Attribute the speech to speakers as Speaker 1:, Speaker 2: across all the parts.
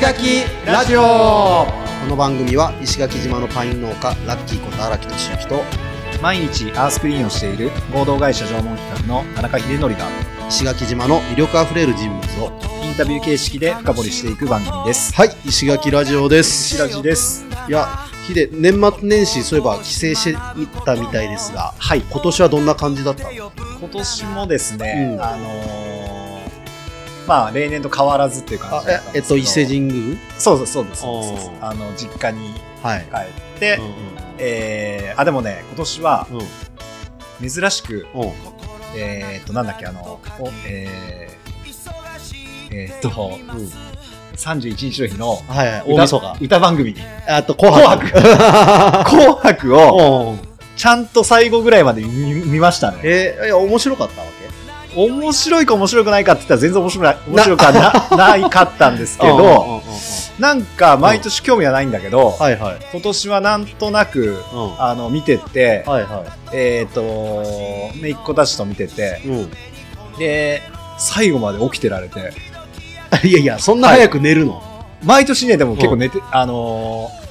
Speaker 1: 垣ラジオ
Speaker 2: この番組は石垣島のパイン農家ラッキーこと荒木敏之と
Speaker 3: 毎日アースクリーンをしている合同会社縄文企画の田中秀則が
Speaker 2: 石垣島の魅力あふれる人物を
Speaker 3: インタビュー形式で深掘りしていく番組です。
Speaker 2: はい石垣ラジオで
Speaker 3: 石
Speaker 2: す
Speaker 3: ラジです。
Speaker 2: いやヒデ年末年始そういえば帰省していったみたいですが
Speaker 3: はい。
Speaker 2: 今年はどんな感じだったの
Speaker 3: 今年もですね、
Speaker 2: うん
Speaker 3: あのーまあ例年と変わらずっていう感
Speaker 2: あ
Speaker 3: じだたん
Speaker 2: ええ
Speaker 3: で
Speaker 2: っ
Speaker 3: すけ
Speaker 2: と
Speaker 3: ど
Speaker 2: 伊勢神宮
Speaker 3: そうそうそうですそうです
Speaker 2: おー
Speaker 3: あの実家に
Speaker 2: はい
Speaker 3: 帰って、えー、あでもね今年は
Speaker 2: うんうん
Speaker 3: 珍しく
Speaker 2: うんうん
Speaker 3: えー、っとなんだっけあのおえー、えー、っと
Speaker 2: うん
Speaker 3: 31日の日の
Speaker 2: はいはい大晦
Speaker 3: 歌
Speaker 2: 日
Speaker 3: 歌番組
Speaker 2: あと紅白
Speaker 3: 「紅白」を
Speaker 2: うん
Speaker 3: ちゃんと最後ぐらいまで見見ましたね。
Speaker 2: えーいや面白かったわけ
Speaker 3: 面白いか面白くないかって言ったら全然面白くない、面白くは なないかったんですけ
Speaker 2: うんうんうん
Speaker 3: ど、
Speaker 2: うん
Speaker 3: なんか毎年興味はないんだけど、
Speaker 2: はいはい
Speaker 3: 今年はなんとなく、
Speaker 2: うんは
Speaker 3: あの、見てって、
Speaker 2: いは
Speaker 3: えっ、と、姪っ子たちと見てて、
Speaker 2: いうん
Speaker 3: で、最後まで起きてられて、
Speaker 2: いやいや、そんな早く寝るの、
Speaker 3: 毎年ね、でも結構寝て、あのー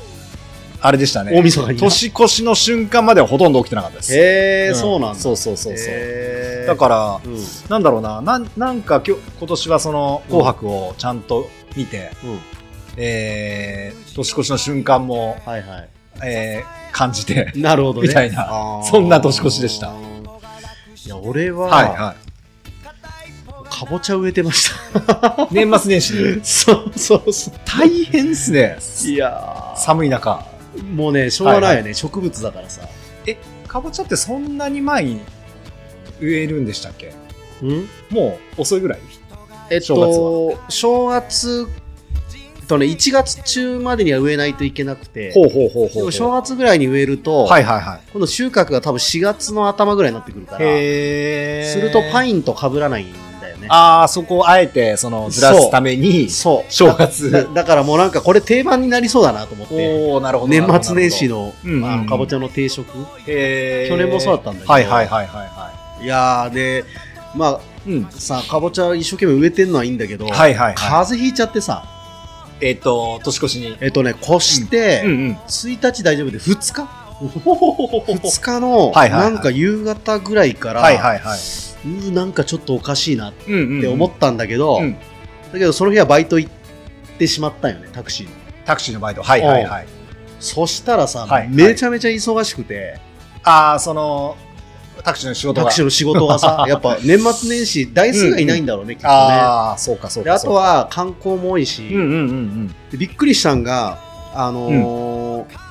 Speaker 3: あれでした
Speaker 2: 大
Speaker 3: ね。
Speaker 2: 晦日に。
Speaker 3: 年越しの瞬間まではほとんど起きてなかったです。
Speaker 2: へえ、
Speaker 3: うん
Speaker 2: そうなんだ。
Speaker 3: そうそうそうそう。
Speaker 2: へー
Speaker 3: だから、
Speaker 2: うん。うん。
Speaker 3: なんだろうな、なんなんか今日今年はその「紅白」をちゃんと見て、えー年越しの瞬間も、
Speaker 2: はいは
Speaker 3: えー感じて、
Speaker 2: い。なるほどね。
Speaker 3: みたいな
Speaker 2: あー
Speaker 3: そんな年越しでした
Speaker 2: いや、俺は、
Speaker 3: はいは
Speaker 2: かぼちゃ植えてまし
Speaker 3: い、年末年始に
Speaker 2: た。 そうそうそ
Speaker 3: 大変っすね
Speaker 2: う。いやー
Speaker 3: 寒い中
Speaker 2: もうね、しょうがないよね、
Speaker 3: はい
Speaker 2: 植物だからさ。
Speaker 3: かぼちゃってそんなに前に植えるんでしたっけ
Speaker 2: うん
Speaker 3: もう遅いぐらい
Speaker 2: えっ
Speaker 3: 正月
Speaker 2: と、正月とね、1月中までには植えないといけなくて、
Speaker 3: ほうほうほう
Speaker 2: で
Speaker 3: ほ
Speaker 2: も
Speaker 3: う
Speaker 2: 正月ぐらいに植えると、
Speaker 3: はいはいはい
Speaker 2: 今度収穫が多分4月の頭ぐらいになってくるから、
Speaker 3: へ
Speaker 2: するとパ
Speaker 3: ン
Speaker 2: インと被らないんだよね。
Speaker 3: ああそこをあえてそのずらすために
Speaker 2: そう。
Speaker 3: 正月
Speaker 2: だだからもうなんかこれ定番になりそうだなと思って、
Speaker 3: おおなるほどな
Speaker 2: 年
Speaker 3: るほど
Speaker 2: 末年始の
Speaker 3: うんうんうん
Speaker 2: あのかぼちゃの定食。
Speaker 3: へー
Speaker 2: 去年もそうだったんだけど
Speaker 3: はいはいはいはいはい
Speaker 2: やーで、ま
Speaker 3: い。うん。
Speaker 2: あさ、かぼちゃ一生懸命植えてんのはいいんだけど、
Speaker 3: はいはい
Speaker 2: 風
Speaker 3: は
Speaker 2: 邪ひいちゃってさ、
Speaker 3: い。えっ、と、年越しに。
Speaker 2: えっとね、越して、
Speaker 3: んうん。
Speaker 2: 1日大丈夫で2日
Speaker 3: は
Speaker 2: ?2 日の、
Speaker 3: はいはいは
Speaker 2: ないんか夕方ぐらいから、
Speaker 3: いはいはい。
Speaker 2: うーなんかちょっとおかしいなっ
Speaker 3: うんうん、
Speaker 2: て思ったんだけど、
Speaker 3: うん
Speaker 2: だけどその日はバイト行ってしまったんよね、タクシーに。
Speaker 3: タクシーのバイト。はいはいはい。
Speaker 2: そしたらさ、
Speaker 3: はい
Speaker 2: めちゃめちゃ忙しくて、
Speaker 3: ああ、その、タクシーの仕事
Speaker 2: タ
Speaker 3: が。
Speaker 2: クシーの仕事が さ、やっぱ年末年始、台数がいないんだろうね、きっとね。
Speaker 3: ああ、そうかそう
Speaker 2: で
Speaker 3: か
Speaker 2: あ
Speaker 3: そ
Speaker 2: と
Speaker 3: うか。
Speaker 2: は観光も多いし、
Speaker 3: うんうんうん
Speaker 2: でびっくりしたんが、あのー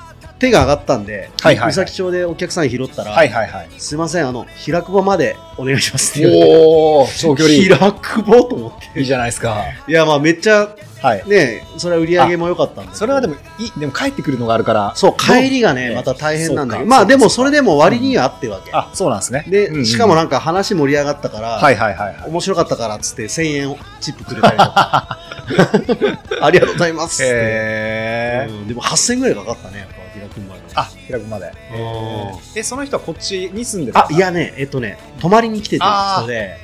Speaker 2: 手が上がったんで、
Speaker 3: はいはい
Speaker 2: 三崎町でお客さん拾った
Speaker 3: う
Speaker 2: ら、
Speaker 3: ん。はいはいはい。
Speaker 2: すいません、あの、平久保までお願いしますって言われて
Speaker 3: おお、長距離。い
Speaker 2: 平久保と思って。
Speaker 3: いじゃないですか。
Speaker 2: いや、まあめっちゃ
Speaker 3: はい。
Speaker 2: ね、それは売り上げも良かったんだけど
Speaker 3: それはでも、いい、でも帰ってくるのがあるから。
Speaker 2: そう、帰りが
Speaker 3: ど
Speaker 2: ね、
Speaker 3: う
Speaker 2: また大変なんだけ
Speaker 3: そう
Speaker 2: ど、
Speaker 3: か
Speaker 2: まあでもそれでも割にはあってわけ。
Speaker 3: あ、そうなんですね。うんう
Speaker 2: で、
Speaker 3: ん
Speaker 2: しかもなんか話盛り上がったから、
Speaker 3: はいはいはいはい。
Speaker 2: 面白かったからっつって1000円チップくれたり とかありがとうございますって、
Speaker 3: へえ。
Speaker 2: うんでも8000円ぐらいかかったねやっぱ平君まで
Speaker 3: あ、開くまで。え、その人はこっちに住んでた
Speaker 2: あいやねえっとね泊まりに来てた
Speaker 3: あー
Speaker 2: 人で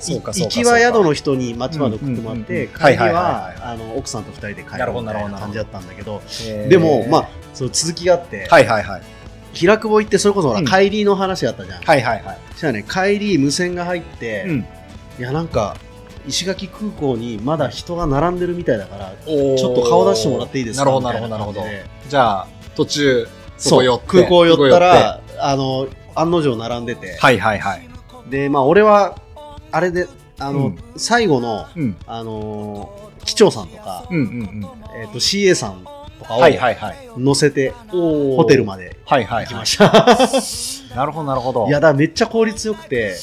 Speaker 3: そうか
Speaker 2: い
Speaker 3: そ
Speaker 2: 行
Speaker 3: うかそう
Speaker 2: き
Speaker 3: か。
Speaker 2: は宿の人に町まで送ってもらっ
Speaker 3: うんうん
Speaker 2: て
Speaker 3: うん
Speaker 2: 帰り
Speaker 3: はいはいはい
Speaker 2: はあの奥さんと二人で帰
Speaker 3: なる
Speaker 2: る
Speaker 3: ほど
Speaker 2: み
Speaker 3: なる
Speaker 2: た
Speaker 3: ほ
Speaker 2: い
Speaker 3: ど
Speaker 2: な感じだったんだけど
Speaker 3: へー
Speaker 2: でもまあその続きがあって
Speaker 3: はいはいはい。
Speaker 2: 平久保行ってそれこそほら
Speaker 3: うん
Speaker 2: 帰りの話があったじゃん
Speaker 3: はいはいはい。
Speaker 2: そしたらね帰り無線が入って
Speaker 3: うん。
Speaker 2: いやなんか石垣空港にまだ人が並んでるみたいだから
Speaker 3: おー
Speaker 2: ちょっと顔出してもらっていいですか
Speaker 3: なるほど、
Speaker 2: み
Speaker 3: な
Speaker 2: た
Speaker 3: る
Speaker 2: い
Speaker 3: ほど、なるほど
Speaker 2: 感じ。で
Speaker 3: じゃあ、途中、そこ寄って。
Speaker 2: 空港寄った
Speaker 3: 空港
Speaker 2: ら、あの、案の定並んでて
Speaker 3: 寄っ、て、はいはいはい。
Speaker 2: で、まあ、俺は、あれで、あの、
Speaker 3: うん
Speaker 2: 最後の、
Speaker 3: うん。
Speaker 2: あのー、機長さんとか、
Speaker 3: うんうんうん。
Speaker 2: えっ、と、CA さんとかを
Speaker 3: はいはいはい。
Speaker 2: 乗せて、
Speaker 3: お
Speaker 2: ホテル
Speaker 3: ま
Speaker 2: まで
Speaker 3: はいはい
Speaker 2: 行き
Speaker 3: は
Speaker 2: ました。
Speaker 3: い。なるほど、なるほど。
Speaker 2: い、や、だからめっちゃ効率よくて、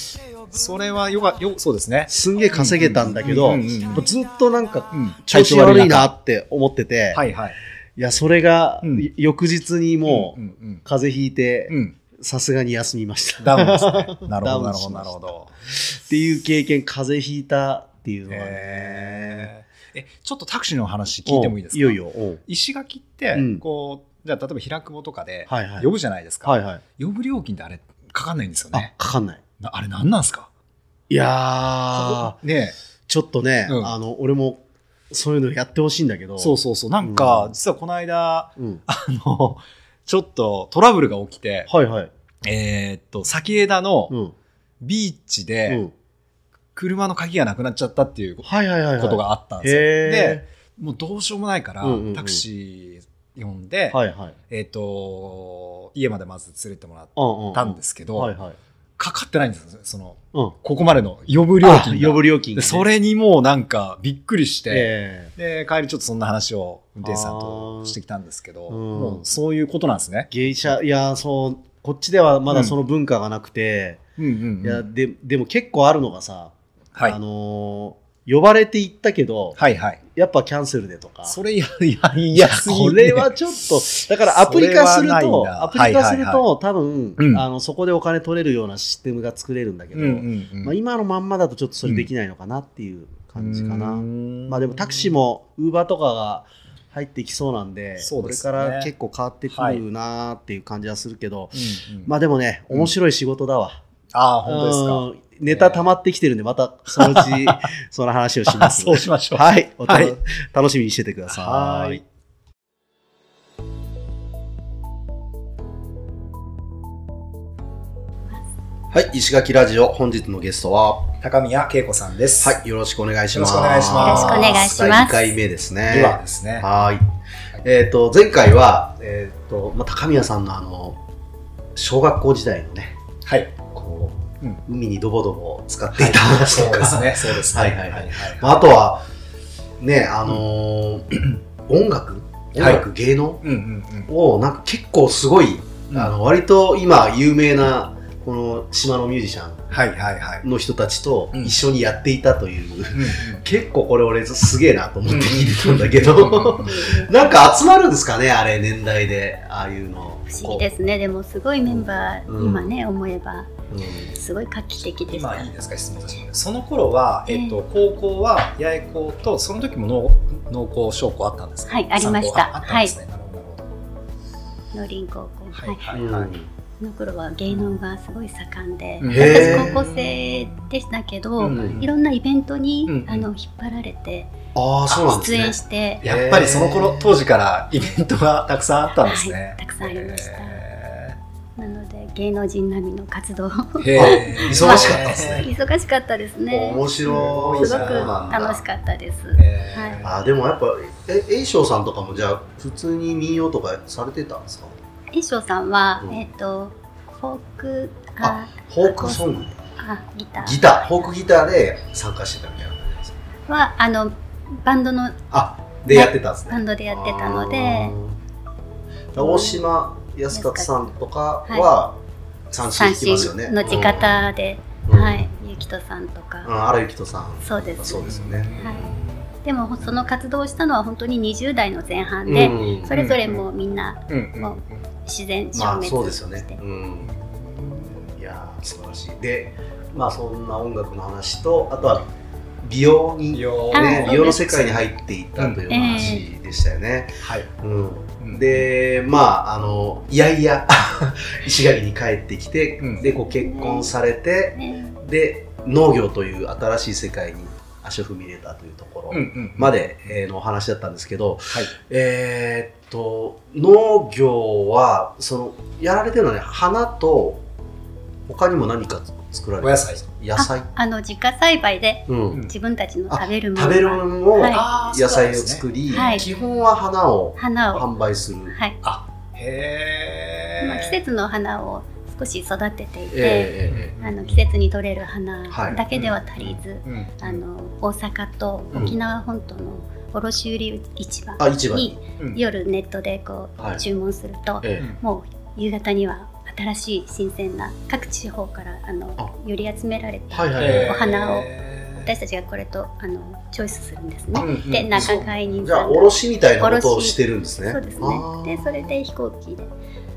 Speaker 3: それはよか、よ、そうですね。
Speaker 2: すんげえ稼げたんだけど、
Speaker 3: うんうんうんうん
Speaker 2: やっぱずっとなんか、
Speaker 3: うん。
Speaker 2: 調子悪いな
Speaker 3: 中。
Speaker 2: って思ってて、、
Speaker 3: はいいはい。
Speaker 2: や、それが、
Speaker 3: うん
Speaker 2: い翌日にもう、
Speaker 3: んん
Speaker 2: 風邪ひいて
Speaker 3: うん。、うん。
Speaker 2: さすがに休みました。
Speaker 3: ダウンですね。なるほど、
Speaker 2: ダ
Speaker 3: な
Speaker 2: ウン
Speaker 3: る
Speaker 2: し
Speaker 3: ほど、
Speaker 2: ま
Speaker 3: な
Speaker 2: した
Speaker 3: るほど。
Speaker 2: っていう経験、風邪ひいたっていうのはね。
Speaker 3: へーえ、ちょっとタクシーの話聞いてもいいですか
Speaker 2: いよい。よ。おう
Speaker 3: 石垣って
Speaker 2: うん、
Speaker 3: こう、じゃあ、例えば平久保とかで、
Speaker 2: はいはい。
Speaker 3: 呼ぶじゃないですか。
Speaker 2: はいはい。
Speaker 3: 呼ぶ料金ってあれ、かかんないんですよ
Speaker 2: あ
Speaker 3: ね。、
Speaker 2: かかんない。
Speaker 3: なあれ、なんなんですか
Speaker 2: いやー、
Speaker 3: ね
Speaker 2: ちょっとね、
Speaker 3: うん
Speaker 2: あの、俺もそういうのやってほしいんだけど。
Speaker 3: そうそうそう。なんか、
Speaker 2: うん
Speaker 3: 実はこの間、
Speaker 2: う。うん。
Speaker 3: あの、 ちょっとトラブルが起きて、
Speaker 2: はいはい。
Speaker 3: えーっと、先枝の
Speaker 2: うん。
Speaker 3: ビーチ
Speaker 2: う
Speaker 3: で、
Speaker 2: ん。
Speaker 3: 車の鍵がなくなっちゃったっていうこ
Speaker 2: はいはいはいはい。
Speaker 3: とがあったんですよ。で、
Speaker 2: へ
Speaker 3: もうどうしようもないから、
Speaker 2: うんうんうん
Speaker 3: タクシー呼んで、
Speaker 2: ーはいはい。
Speaker 3: えーっと、家までまず連れてもらっ
Speaker 2: うんうん。
Speaker 3: たんですけど、
Speaker 2: はいはい。
Speaker 3: かかってないんですよ、その、
Speaker 2: うん。
Speaker 3: ここまでの呼ぶ料
Speaker 2: あ
Speaker 3: 金が
Speaker 2: 呼ぶ料金が
Speaker 3: で
Speaker 2: ね。
Speaker 3: それにもうなんかびっくりして、
Speaker 2: ええ。
Speaker 3: で、帰りちょっとそんな話を運転手さんとしてきたんですけど、
Speaker 2: あーうん
Speaker 3: もうそういうことなんですね。
Speaker 2: 芸者、いや、そう、こっちではまだその文化がなくて、
Speaker 3: うんうんうん
Speaker 2: いや、で、でも結構あるのがさ、
Speaker 3: はい
Speaker 2: あのー呼ばれて行ったけど、
Speaker 3: はいはい。
Speaker 2: やっぱキャンセルでとか。
Speaker 3: それや、 いや、い
Speaker 2: いや
Speaker 3: や、、すぎ
Speaker 2: これはちょっと、だからアプリ化する
Speaker 3: それはない
Speaker 2: と、
Speaker 3: な
Speaker 2: アプリ化する
Speaker 3: はいはい
Speaker 2: と、多分
Speaker 3: うん、
Speaker 2: あの、そこでお金取れるようなシステムが作れるんだけ
Speaker 3: う
Speaker 2: ど
Speaker 3: ん、うんうん。
Speaker 2: まあ今のまんまだとちょっとそれできないのかなっていう感じかな。ま
Speaker 3: ま
Speaker 2: あでもタクシー
Speaker 3: も、
Speaker 2: も、ウーバーとかが入ってきそうなんで、
Speaker 3: そう
Speaker 2: こ
Speaker 3: で
Speaker 2: れ
Speaker 3: す
Speaker 2: か
Speaker 3: ね
Speaker 2: ら結構変わってくるなーっていう感じはするけど、
Speaker 3: うんうん
Speaker 2: まあでもね、
Speaker 3: うん
Speaker 2: 面白い仕事だわ。
Speaker 3: ああ、本当ですか。
Speaker 2: うんネタ溜まってきてるんで、ま たそのうちその話をします。
Speaker 3: そうしましょう。
Speaker 2: はい、お楽
Speaker 3: はい
Speaker 2: 楽しみにしててください。
Speaker 3: はーい
Speaker 2: はい、石垣ラジオ、本日のゲストは、
Speaker 3: 高宮恵子さんです。
Speaker 2: はい、よろしくお願いします。
Speaker 3: よろしくお願いしますよろしくお
Speaker 4: 願いします
Speaker 2: 第2回目ですね。
Speaker 3: ではですね。
Speaker 2: はい。えっ、と、前回は、えっ、と、まあ、高宮さんのあの、小学校時代のね、
Speaker 3: はい。
Speaker 2: こう、
Speaker 3: うん
Speaker 2: 海にドボドボ使っていた話
Speaker 3: そ
Speaker 2: と
Speaker 3: う
Speaker 2: か、
Speaker 3: ですね。そうですね。
Speaker 2: はいはいはい
Speaker 3: はい
Speaker 2: まあ、あとは、ね、あの ー音楽、音楽、芸能
Speaker 3: うんうん
Speaker 2: を、なんか結構すごい、
Speaker 3: うん。
Speaker 2: あの、割と今有名な、この島のミュージシャン
Speaker 3: はいはいはい。
Speaker 2: の人たちと
Speaker 3: うん
Speaker 2: 一緒にやっていたという、
Speaker 3: うんうん
Speaker 2: 結構これ俺すげえなと思って聞いてたんだけど、 なんか集まるんですかね、あれ、年代で、ああいうの。
Speaker 4: 不思議ですねでもすごいメンバー、
Speaker 2: うん
Speaker 4: 今ね思えば
Speaker 2: うん
Speaker 4: すごい画期的ですか
Speaker 3: 今
Speaker 4: ら
Speaker 3: いいですか質問させてもらってその頃は、えっと高校は八重校とその時も農農耕商校あったんですか
Speaker 4: はいありました
Speaker 3: 参考ああったんですね、なるほどなるほど
Speaker 4: 農林高校、
Speaker 3: は
Speaker 4: はい
Speaker 3: はい
Speaker 4: い
Speaker 2: うん
Speaker 3: はい、
Speaker 4: その頃は芸能がすごい盛んで、
Speaker 3: うん
Speaker 2: へー
Speaker 4: 私高校生でしたけど、
Speaker 3: うん
Speaker 4: いろんなイベントに、
Speaker 3: うん
Speaker 4: あの引っ張られて
Speaker 2: ああ、そうなんです
Speaker 4: 出
Speaker 2: ね。
Speaker 4: 演して、
Speaker 3: やっぱりその頃当時からイベントがたくさんあったんですね、
Speaker 4: はいたくさんありました
Speaker 3: へ
Speaker 4: なので芸能人並みの活動
Speaker 3: ーへー
Speaker 2: 忙しかったですね
Speaker 4: 忙しかったですね
Speaker 2: 面白い
Speaker 4: すごく楽し
Speaker 2: く
Speaker 4: かったです、
Speaker 3: へー
Speaker 4: はい
Speaker 2: あでもやっぱえ栄翔さんとかもじゃあ普通に民謡とかされてたんですか
Speaker 4: 衣装さんは、
Speaker 2: うん
Speaker 4: えっ、とフォーク
Speaker 2: あ
Speaker 4: あ
Speaker 2: フォークソング
Speaker 4: あギター
Speaker 2: ギターフォークギターで参加してたみたいな感じですか
Speaker 4: はあのバンドの
Speaker 2: あでやってたんですね
Speaker 4: バンドでやってたの
Speaker 2: あ
Speaker 4: で
Speaker 2: ー大島康勝さんとかは三振
Speaker 4: 三
Speaker 2: 弾きます
Speaker 4: 振
Speaker 2: よね
Speaker 4: の地方で、
Speaker 2: うん
Speaker 4: はい、ゆきとさんと
Speaker 2: うん
Speaker 4: か、
Speaker 2: 荒井幸人さん
Speaker 4: そうです
Speaker 2: そうですよね
Speaker 4: はい、でもその活動をしたのは本当に20代の前半
Speaker 2: う
Speaker 4: で、
Speaker 2: ん
Speaker 4: それぞれもうみんな
Speaker 3: うんうんうん
Speaker 4: 自然消
Speaker 2: まあ
Speaker 4: 滅して、
Speaker 2: そうですよねうんいやー素晴らしいでまあそんな音楽の話とあとは美容に
Speaker 3: 美容
Speaker 4: あ
Speaker 2: ね、
Speaker 4: そう
Speaker 2: 美容の
Speaker 4: です
Speaker 2: 世界に入っていったという話でしたよね。
Speaker 3: はい
Speaker 2: うん
Speaker 3: うん
Speaker 2: で、まあ、あの、いやいや、 石垣に帰ってきて、
Speaker 3: うん
Speaker 2: で、ご結婚されて、
Speaker 4: ね
Speaker 2: で、農業という新しい世界に足を踏み入れたというとこ
Speaker 3: うんう
Speaker 2: ろ
Speaker 3: ん
Speaker 2: まで、えーのお話だったんですけど、
Speaker 3: はい
Speaker 2: えーっと、農業は、その、やられてるのはね、花と、他にも何か作られ
Speaker 3: お
Speaker 2: て
Speaker 3: 野
Speaker 2: る
Speaker 3: 菜
Speaker 2: 野菜
Speaker 4: あの自家栽培で
Speaker 2: うん。
Speaker 4: 自分たちの食べるも
Speaker 2: 食べる
Speaker 4: の
Speaker 2: も
Speaker 4: は
Speaker 2: のを、
Speaker 4: はい
Speaker 3: あー
Speaker 2: 野菜を
Speaker 3: そうなんですね
Speaker 2: 作り、
Speaker 4: はい
Speaker 2: 基本は花を
Speaker 4: 花を、
Speaker 2: 販売する。
Speaker 4: はい
Speaker 3: へー
Speaker 4: まあ、季節の花を少し育てていて、
Speaker 2: え
Speaker 4: あの季節に取れる花
Speaker 2: はい
Speaker 4: だけでは足りず、
Speaker 3: うん
Speaker 4: あの大阪と沖縄本島の卸売市場
Speaker 2: あ市場
Speaker 4: に
Speaker 3: うん
Speaker 4: 夜ネットでこ
Speaker 2: は
Speaker 4: う
Speaker 2: い
Speaker 4: 注文すると、
Speaker 2: えええ
Speaker 4: もう夕方には新しい新鮮な各地方からあの
Speaker 2: あ
Speaker 4: 寄り集められた
Speaker 2: はいはい
Speaker 3: へー
Speaker 4: お花を私たちがこれとあのチョイスするんですね。
Speaker 3: うんうん
Speaker 4: で仲買人
Speaker 2: じゃ
Speaker 4: さ
Speaker 2: あ
Speaker 4: んが
Speaker 2: 卸みたいなことをしてるんですね。
Speaker 4: そうです
Speaker 2: あ
Speaker 4: ね
Speaker 2: ー
Speaker 4: でそれで飛行機で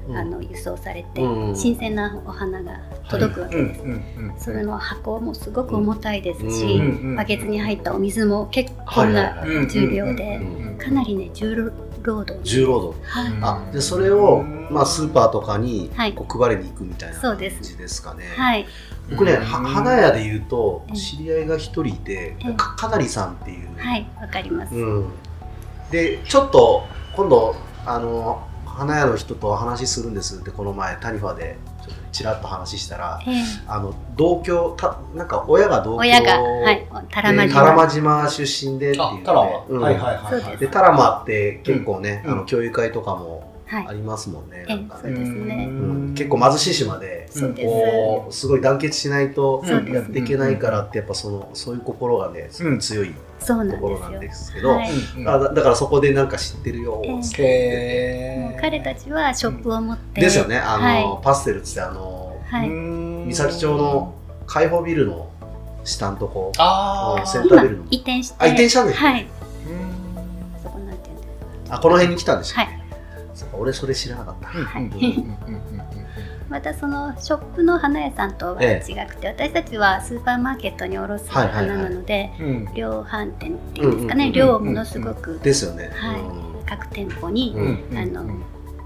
Speaker 2: うん
Speaker 4: あの輸送されて、
Speaker 2: うん
Speaker 4: 新鮮なお花が届くわけ
Speaker 3: うん
Speaker 4: です。
Speaker 3: うんうん
Speaker 4: それの箱もすごく重たいですし、
Speaker 2: うん
Speaker 3: うん
Speaker 4: バケツに入ったお水も結構
Speaker 2: はい
Speaker 4: な
Speaker 2: はいはい
Speaker 4: 重量で
Speaker 2: うん
Speaker 4: かなりね重労ロード
Speaker 2: 重労働
Speaker 4: はい、
Speaker 2: あでそれを、
Speaker 5: うん
Speaker 2: まあ、スーパーとかに
Speaker 4: はい
Speaker 2: こう配りに行くみたいな
Speaker 4: そう
Speaker 2: 感
Speaker 4: です
Speaker 2: じですかね。
Speaker 4: はい、
Speaker 2: 僕ね、
Speaker 5: うん
Speaker 2: は花屋で言うと
Speaker 4: うん
Speaker 2: 知り合いが一人いて、
Speaker 4: うん
Speaker 2: かかなりさんっていう、
Speaker 4: はい、わかります、
Speaker 2: うん、でちょっと今度あの花屋の人と話するんですってこの前タニファでちょっとちらっと話したら
Speaker 4: ええ
Speaker 2: あの同居たなんか親が同居
Speaker 4: 親が、はい、たらま
Speaker 2: で
Speaker 4: じ
Speaker 2: 多良間島出身でっていう
Speaker 3: あ
Speaker 2: の、で
Speaker 3: タラは、
Speaker 2: うん
Speaker 3: はいはいはい、は
Speaker 4: そう
Speaker 3: い。
Speaker 2: でタラマって結構ね、
Speaker 3: うん
Speaker 2: あの教育会とかも
Speaker 4: はい
Speaker 2: あ、りますもんね,、
Speaker 4: ええ
Speaker 2: なんか
Speaker 4: そう
Speaker 2: ね
Speaker 4: ですね
Speaker 2: うん結構貧しい島で
Speaker 4: そうです、
Speaker 2: こうすごい団結しないと
Speaker 4: そうです
Speaker 2: やっていけないからってやっぱそのそういう心がねすごい強い
Speaker 4: そう
Speaker 2: と
Speaker 4: なん
Speaker 2: ころなん
Speaker 4: で
Speaker 2: ですす
Speaker 4: よ
Speaker 2: けど、
Speaker 4: は
Speaker 3: う
Speaker 4: い
Speaker 3: んうん
Speaker 2: あだだからそこでなんか知ってるよ、
Speaker 4: ええ
Speaker 2: つって
Speaker 4: も
Speaker 5: へ
Speaker 4: う
Speaker 5: ー
Speaker 4: 彼たちはショップを持って、
Speaker 2: ですよねあの、
Speaker 4: は
Speaker 2: パステルっつってあの
Speaker 4: は
Speaker 5: う
Speaker 4: い、
Speaker 5: ん
Speaker 2: 三崎町の開放ビルの下のとこ
Speaker 3: あ
Speaker 2: うんセン
Speaker 3: ー
Speaker 2: タービルの
Speaker 4: 今移転して
Speaker 2: あ移転したんですね
Speaker 4: はい
Speaker 5: うん
Speaker 4: そこなんていうんです
Speaker 2: あこの辺に来たんでしょ、
Speaker 4: はい
Speaker 2: そっか俺それ知らなかった、
Speaker 4: はい
Speaker 5: うんうんうんうんうん
Speaker 4: またそのショップの花屋さんとは違
Speaker 2: え
Speaker 4: くて、私たちはスーパーマーケットに卸す花なので、
Speaker 5: うんうん
Speaker 4: 量販店っていうんです
Speaker 2: うんうんう
Speaker 4: かね、
Speaker 2: んうん
Speaker 4: 量をものすごく
Speaker 2: ですよね、
Speaker 4: はい
Speaker 2: うん
Speaker 4: 各店舗に
Speaker 2: うん
Speaker 4: あの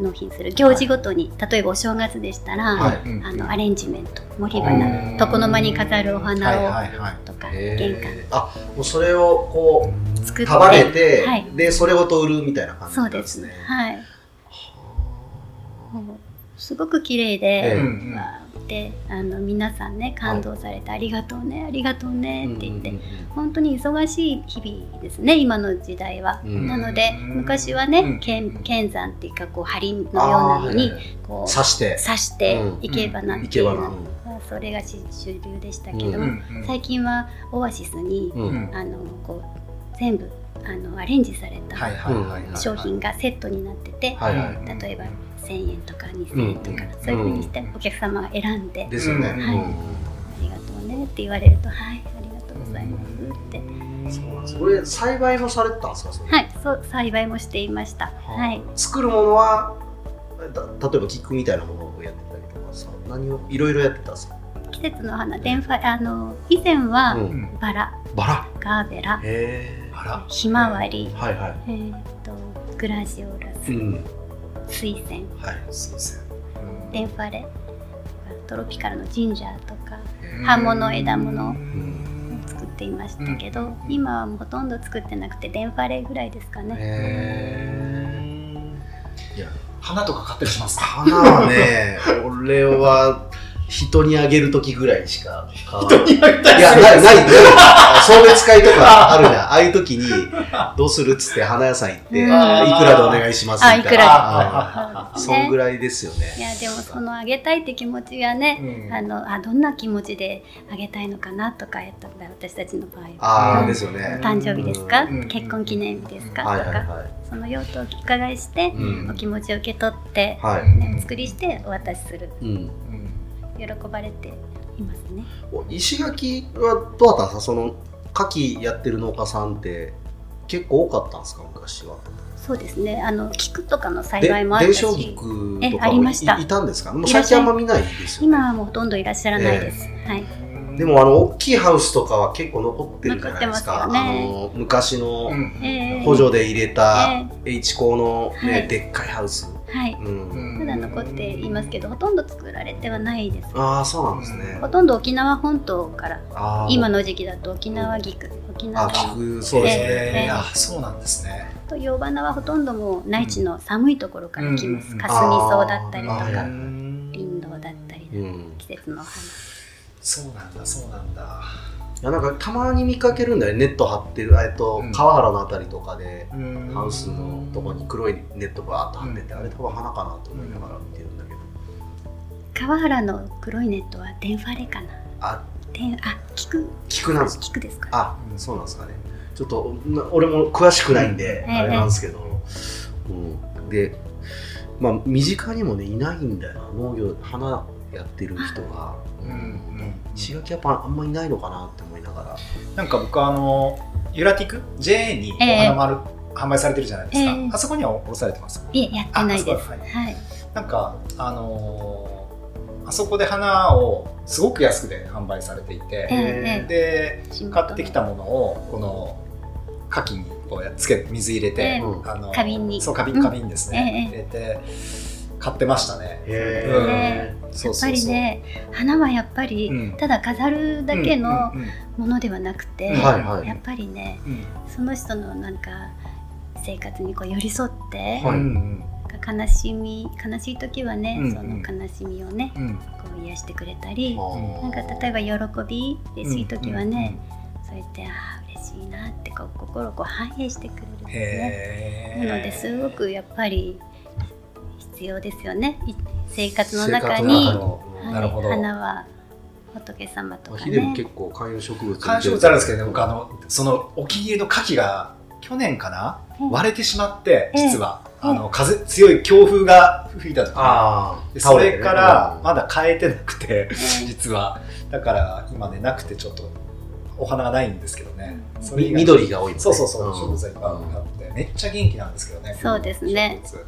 Speaker 4: 納品する行事ごとに、例えばお正月でしたら、
Speaker 2: はい
Speaker 4: あのア
Speaker 5: れ
Speaker 4: レンジメント森
Speaker 2: う
Speaker 4: 花
Speaker 2: ん
Speaker 4: 床の間に飾るお花を、
Speaker 5: はいはいはい
Speaker 4: とか玄関
Speaker 2: へーあもうそれをこ
Speaker 4: 作
Speaker 2: う
Speaker 4: って
Speaker 2: 束ねて、
Speaker 4: はい
Speaker 2: でそれごと売るみたいな感じ
Speaker 4: そ
Speaker 2: な
Speaker 4: うん
Speaker 2: で
Speaker 4: ですす
Speaker 2: ね
Speaker 4: ねはいもうすごく綺麗
Speaker 2: え
Speaker 4: で、
Speaker 2: え
Speaker 4: わーってあの皆さんね感動されて、ありがとうねありがとうねって言って、
Speaker 2: うん
Speaker 4: 本当に忙しい日々ですね今の時代は、
Speaker 2: うんうん
Speaker 4: なので
Speaker 5: うん
Speaker 4: 昔は
Speaker 5: うん
Speaker 4: ね剣剣山っていうかこう針のようなのに
Speaker 2: あー刺
Speaker 4: こう
Speaker 2: して
Speaker 4: 刺していけばなっ
Speaker 2: い
Speaker 4: てい
Speaker 2: け
Speaker 4: う
Speaker 2: ば
Speaker 4: の
Speaker 2: な、
Speaker 4: まあそれが主主流でしたけど
Speaker 2: う
Speaker 4: も最近はオアシスに
Speaker 2: うんうん
Speaker 4: あのこう全部あのアレンジされ
Speaker 5: はい
Speaker 4: た
Speaker 5: はいはいはい
Speaker 4: 商品がセットになってて
Speaker 2: はいはい
Speaker 4: 例えば1000円とか2000円とか
Speaker 5: うん
Speaker 4: そういうふうにしてお客様が選んで「あ
Speaker 2: ですよね、
Speaker 5: うん
Speaker 4: はいりがとうね」って言われると「はいありがとうございます」って
Speaker 2: そうなんですこれ栽培もされてたんですかそれ、
Speaker 4: はい、そう栽培もしていました。はい、
Speaker 2: 作るものはだ例えばキックみたいなものをやってたりとかさ何をいろいろやってたんですか、
Speaker 4: 季節の花、電フあの以前は、
Speaker 2: うん
Speaker 4: バラ、
Speaker 2: バラ
Speaker 4: ガーベラ、
Speaker 2: へえ
Speaker 5: あ
Speaker 4: ひまわり、
Speaker 2: はいはい
Speaker 4: えーっとグラジオラス、
Speaker 2: うん
Speaker 4: 水仙、
Speaker 2: はい
Speaker 5: ら
Speaker 4: デンファレ、トロピカルのジンジャーとか
Speaker 5: うん
Speaker 4: 葉物枝物
Speaker 5: う
Speaker 4: を
Speaker 5: ん
Speaker 4: 作っていましたけ
Speaker 5: う
Speaker 4: ど
Speaker 5: ん、
Speaker 4: 今はもうほとんど作ってなくてデンファレぐらいですかね。
Speaker 2: へえ
Speaker 3: 花とか買ったりしますか
Speaker 2: 花はね俺は人にあげる時ぐらいしか買わないい
Speaker 3: いや
Speaker 2: や、ない、ない、ない。送別会とかあるじゃん。ああいう時に、どうするっつって花屋さん行って、いく
Speaker 4: うん
Speaker 2: らでお願いしますみたいな。
Speaker 4: あいく
Speaker 3: ら
Speaker 4: そうです
Speaker 2: そん
Speaker 4: ね
Speaker 2: ぐらいですよね。
Speaker 4: いやでもそのあげたいって気持ちがね、あのあどんな気持ちであげたいのかなとかやったんだ私たちの場合は。
Speaker 2: あ
Speaker 5: う
Speaker 2: あ、
Speaker 5: ん
Speaker 2: ですよね。
Speaker 4: 誕生日ですか、
Speaker 5: うん
Speaker 4: 結婚記念日ですか、
Speaker 2: はい
Speaker 4: と
Speaker 2: はい
Speaker 4: か、
Speaker 2: はい。
Speaker 4: その用途をお伺いして、
Speaker 2: うん
Speaker 4: お気持ちを受け取って、
Speaker 2: はい。
Speaker 4: ねお作りしてお渡しする
Speaker 2: うん。
Speaker 4: 喜ばれていますね
Speaker 2: お石垣はどうだったんですかその、牡蠣やってる農家さんって、結構多かったんですか昔は。
Speaker 4: そうですねあの菊とかの栽
Speaker 2: で、
Speaker 4: 培もあった
Speaker 2: 伝承
Speaker 4: し
Speaker 2: 菊
Speaker 4: え
Speaker 2: とか
Speaker 4: あり
Speaker 2: も
Speaker 4: ま
Speaker 2: い
Speaker 4: した
Speaker 2: いたんですかもう
Speaker 4: いら
Speaker 2: 最
Speaker 4: っし
Speaker 2: 近
Speaker 4: ゃ
Speaker 2: あ
Speaker 4: い
Speaker 2: んま見ないですよね。
Speaker 4: 今はもうほとんどいらっしゃらないです、はい
Speaker 2: でもあの大きいハウスとかは結構残ってるじゃないですか。
Speaker 4: 残ってますよ
Speaker 2: あ
Speaker 4: ね
Speaker 2: の昔の
Speaker 4: えー
Speaker 2: 補助で入れた
Speaker 4: え
Speaker 2: H 鋼の、ね
Speaker 4: はい
Speaker 2: でっかいハウス、
Speaker 4: はい
Speaker 2: うん、
Speaker 4: まだ残っていますけどほとんど作られてはないです
Speaker 2: ああそうなんですね
Speaker 4: ほとんど沖縄本島から
Speaker 2: あー
Speaker 4: 今の時期だと沖縄菊沖
Speaker 2: あ
Speaker 4: 縄
Speaker 2: 聞
Speaker 4: の
Speaker 2: くそうですね、
Speaker 4: え
Speaker 3: あそうなんですね
Speaker 4: と洋花はほとんどもう内地の寒いところから来ます、
Speaker 5: うん
Speaker 4: かすみ草だったりと
Speaker 2: あーはいは
Speaker 4: か
Speaker 2: い
Speaker 4: 林道だったり
Speaker 2: うん、
Speaker 4: 季節のお花
Speaker 3: そうなんだそうなんだ
Speaker 2: いやなんかたまに見かけるんだよねネット張ってるえっと、
Speaker 3: うん
Speaker 2: 川原のあたりとかで、
Speaker 3: ハ
Speaker 2: ハウスのとこに黒いネットがあっと張ってて、あれ多分花かなと思いながら見てるんだけど
Speaker 4: 川原の黒いネットはデンファレかな
Speaker 2: あ
Speaker 4: デンあ菊
Speaker 2: 菊なんです
Speaker 4: 菊ですか
Speaker 2: あそうなんですかねちょっとな俺も詳しくないんで、
Speaker 4: ええ
Speaker 2: あれなんですけど、うん、でまあ身近にもねいないんだよな農業花やってる人が、
Speaker 3: うんうん
Speaker 2: 石垣やっぱあんまいないのかなって思いながら、
Speaker 5: なんか僕あのユラティク JA にお
Speaker 4: ええ
Speaker 5: 花丸販売されてるじゃないですか
Speaker 4: ええ
Speaker 5: あそこにはおろされてます
Speaker 4: いえやってないです
Speaker 5: あそうだ
Speaker 4: はい
Speaker 5: なんかあのーあそこで花をすごく安くで販売されていて
Speaker 4: ええ
Speaker 5: で
Speaker 4: 地元の
Speaker 5: 買ってきたものをこの牡蠣に
Speaker 3: こうやっつけ水入れて、
Speaker 4: え
Speaker 3: あの
Speaker 4: 花瓶に
Speaker 3: そう花
Speaker 4: う
Speaker 3: 瓶
Speaker 4: ん
Speaker 3: 花瓶ですね、入れて買ってましたね。
Speaker 2: へ
Speaker 3: うん
Speaker 4: ね
Speaker 3: そ
Speaker 4: や
Speaker 3: う
Speaker 4: っ
Speaker 3: そ
Speaker 4: ぱ
Speaker 3: う
Speaker 4: り
Speaker 3: そう。
Speaker 4: ね花はやっぱり、
Speaker 3: うん
Speaker 4: ただ飾るだけの
Speaker 3: うんうん
Speaker 4: ものではなくて、
Speaker 3: うん
Speaker 2: はいはい
Speaker 4: やっぱりね
Speaker 3: うんうん
Speaker 4: その人のなんか生活にこう寄り添って、
Speaker 2: はい
Speaker 3: うん
Speaker 4: 悲しみ悲しい時はね、
Speaker 3: うん
Speaker 4: その悲しみをね
Speaker 3: うんうん
Speaker 4: こう癒してくれたり、
Speaker 2: な
Speaker 4: なんか例えば喜び嬉しい時はね、
Speaker 3: うんうん
Speaker 4: そうやってああ嬉しいなってこう心をこう反映してくれるんですね。
Speaker 3: へー
Speaker 4: なのですごくやっぱり必要ですよねい生活の
Speaker 2: 生活
Speaker 4: 中
Speaker 2: の
Speaker 4: に
Speaker 2: 中
Speaker 3: の
Speaker 4: はい
Speaker 3: なるほど
Speaker 4: 花は仏様とか
Speaker 2: ヒデ
Speaker 4: ね
Speaker 2: も結構観葉植物
Speaker 3: 観賞物あるんですけどね、僕あの、そのお気に入りの牡蠣が、去年かな、
Speaker 4: うん
Speaker 3: 割れてしまって、
Speaker 4: ええ
Speaker 3: 実は、あの風強い強風が吹いた時に
Speaker 2: あ
Speaker 3: で
Speaker 2: あ
Speaker 3: それからま
Speaker 2: だ
Speaker 3: だ変えてなくて、
Speaker 4: うん
Speaker 3: 実は、だから今ね、なくてちょっとお花がないんですけどね、それ以外
Speaker 2: 緑が多いもんね
Speaker 3: そうそうそう、
Speaker 2: ん
Speaker 3: 植物がいっぱいあって、めっちゃ元気なんですけどね、
Speaker 4: そうですね
Speaker 3: 植物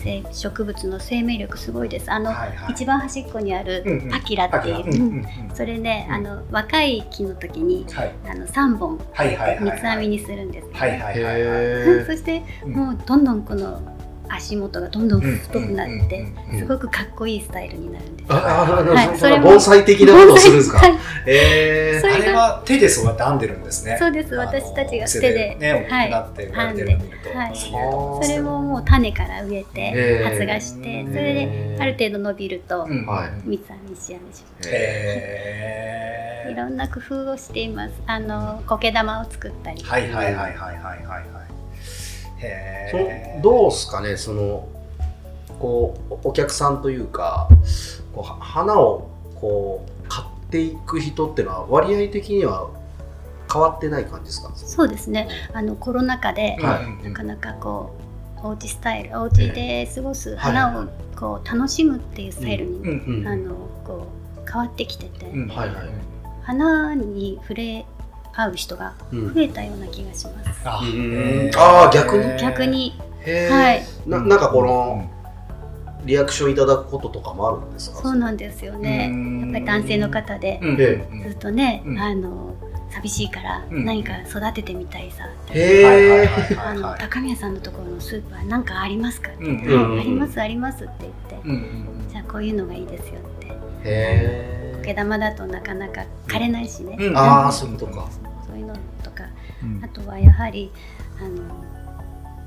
Speaker 4: 生植物の生命力すごいですあ
Speaker 3: うん
Speaker 4: の、
Speaker 3: はいはい
Speaker 4: 一番端っこにある
Speaker 3: うんうん
Speaker 4: パキラっていう、
Speaker 3: 牡蠣がうんうんうん
Speaker 4: それね、
Speaker 3: うん
Speaker 4: あの若い木の時に
Speaker 3: はい
Speaker 4: あの3本
Speaker 3: はいはいはいはい
Speaker 4: 三つ編みにするんですね、
Speaker 3: はいはいはいはい。
Speaker 2: へ
Speaker 4: そして
Speaker 3: うん
Speaker 4: もうどんどんこの足元がどんどん太くなって、
Speaker 3: うんうんうん
Speaker 2: うん
Speaker 4: すごくかっこいいスタイルになるんです、
Speaker 2: ああ
Speaker 4: はい
Speaker 2: ああ
Speaker 4: それも
Speaker 2: 盆栽的なことをするんですか
Speaker 4: はい
Speaker 2: へ
Speaker 4: そ
Speaker 2: え
Speaker 4: れ
Speaker 3: あ
Speaker 4: が
Speaker 3: れは手でそうやって編んでるんですね。
Speaker 4: そうです
Speaker 3: あの
Speaker 4: 私たちが手
Speaker 3: お
Speaker 4: で
Speaker 3: 店ね、大きくなって売られてるの見ると、
Speaker 4: はい
Speaker 3: すげえと思いま
Speaker 4: そ
Speaker 3: す
Speaker 4: れ
Speaker 3: けど
Speaker 4: ももう種から植えて
Speaker 2: へー
Speaker 4: 発芽してそれで
Speaker 2: で
Speaker 4: ある程度伸びると
Speaker 3: うん
Speaker 2: はい
Speaker 4: 三つ編み四編みしま
Speaker 3: へ
Speaker 4: すい
Speaker 3: ー
Speaker 4: ろんな工夫をしていますあの苔玉を作ったり、
Speaker 3: はいはいはいはいはいはいはい。へえ。
Speaker 2: どうすかねそのこうおお客さんというかこうは花をこう買っていく人っていうのは割合的には変わってない感じですか
Speaker 4: そうですねあのコロナ禍で、
Speaker 2: はい
Speaker 3: うん
Speaker 4: なかなかこうおうちスタイルおうちで過ごす花をこう楽しむっていうスタイルに、
Speaker 3: うんうん
Speaker 2: うん
Speaker 4: あのこう変わってきてて、
Speaker 3: うん
Speaker 2: はいはい
Speaker 4: 花に触れ合う人が
Speaker 2: うん
Speaker 4: 増えたような気がします。
Speaker 3: あ
Speaker 2: うん
Speaker 3: へ
Speaker 2: あー逆に
Speaker 3: へー
Speaker 4: 逆に、
Speaker 2: へー
Speaker 4: はい、
Speaker 2: ななんかこのリアクションいただくこととかもあるんですか
Speaker 4: そうなんですよね。やっぱり男性の方で
Speaker 3: うん
Speaker 2: で
Speaker 3: うん
Speaker 4: ずっとね、
Speaker 3: うん
Speaker 4: あの寂しいから
Speaker 3: うん
Speaker 4: 何か育ててみたいさ、
Speaker 2: へえ、
Speaker 3: はいはいはいは
Speaker 4: あ
Speaker 3: い
Speaker 4: の
Speaker 3: はい
Speaker 4: 高宮さんのところのスーパーなんかありますかって、
Speaker 3: うん
Speaker 2: うんうん
Speaker 4: ありますありますって言って、
Speaker 3: うんうん
Speaker 4: じゃあこういうのがいいですよって
Speaker 2: へ
Speaker 4: 苔
Speaker 2: え
Speaker 4: 玉だとなかなか枯れないしね、
Speaker 3: うん
Speaker 2: ああそういうことか
Speaker 4: そういうのとか
Speaker 5: うん
Speaker 4: あとはやはりあの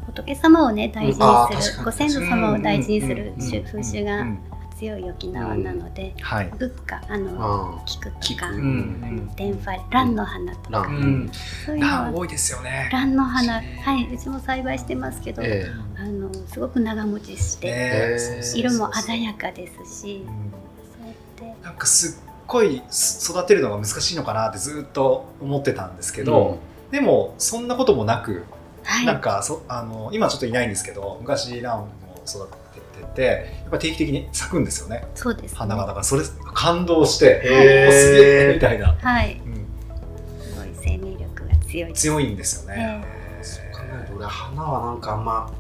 Speaker 4: 仏様をね大
Speaker 2: うんあ
Speaker 4: 事
Speaker 2: ー
Speaker 4: に
Speaker 2: 確
Speaker 4: する、
Speaker 2: かに
Speaker 4: ご先祖様を大事にする
Speaker 3: うん
Speaker 4: 習風習が
Speaker 3: うん
Speaker 4: 強い沖縄なので、
Speaker 5: はい。
Speaker 4: 仏花あの
Speaker 2: あ
Speaker 4: 菊と
Speaker 2: 菊
Speaker 4: か、
Speaker 3: うんうん
Speaker 4: 伝ファ蘭の花とか、
Speaker 2: 蘭
Speaker 3: うん
Speaker 4: そういうの
Speaker 3: ラン
Speaker 4: は
Speaker 3: 多いですよね。
Speaker 4: 蘭の花はいうちも栽培してますけど、
Speaker 2: あええ
Speaker 4: あのすごく長持ちして、
Speaker 3: ね
Speaker 2: えー
Speaker 3: そうそうそう
Speaker 4: 色も鮮やかですし
Speaker 3: うん
Speaker 4: そうやって
Speaker 3: なんかすっごいす育てるのが難しいのかなってずっと思ってたんですけど、でもそんなこともなく、
Speaker 4: はい
Speaker 3: なんかそあの今ちょっといないんですけど昔ランを育てててやっぱ定期的に咲くんですよね
Speaker 4: そうです、ね、
Speaker 3: 花がだからそれ感動して
Speaker 2: へー
Speaker 3: おすげえみたいな、
Speaker 4: はい
Speaker 3: うん
Speaker 4: すごい生命力が強いです
Speaker 3: 強いんですよね。
Speaker 2: そう考えると俺花はなんかあんま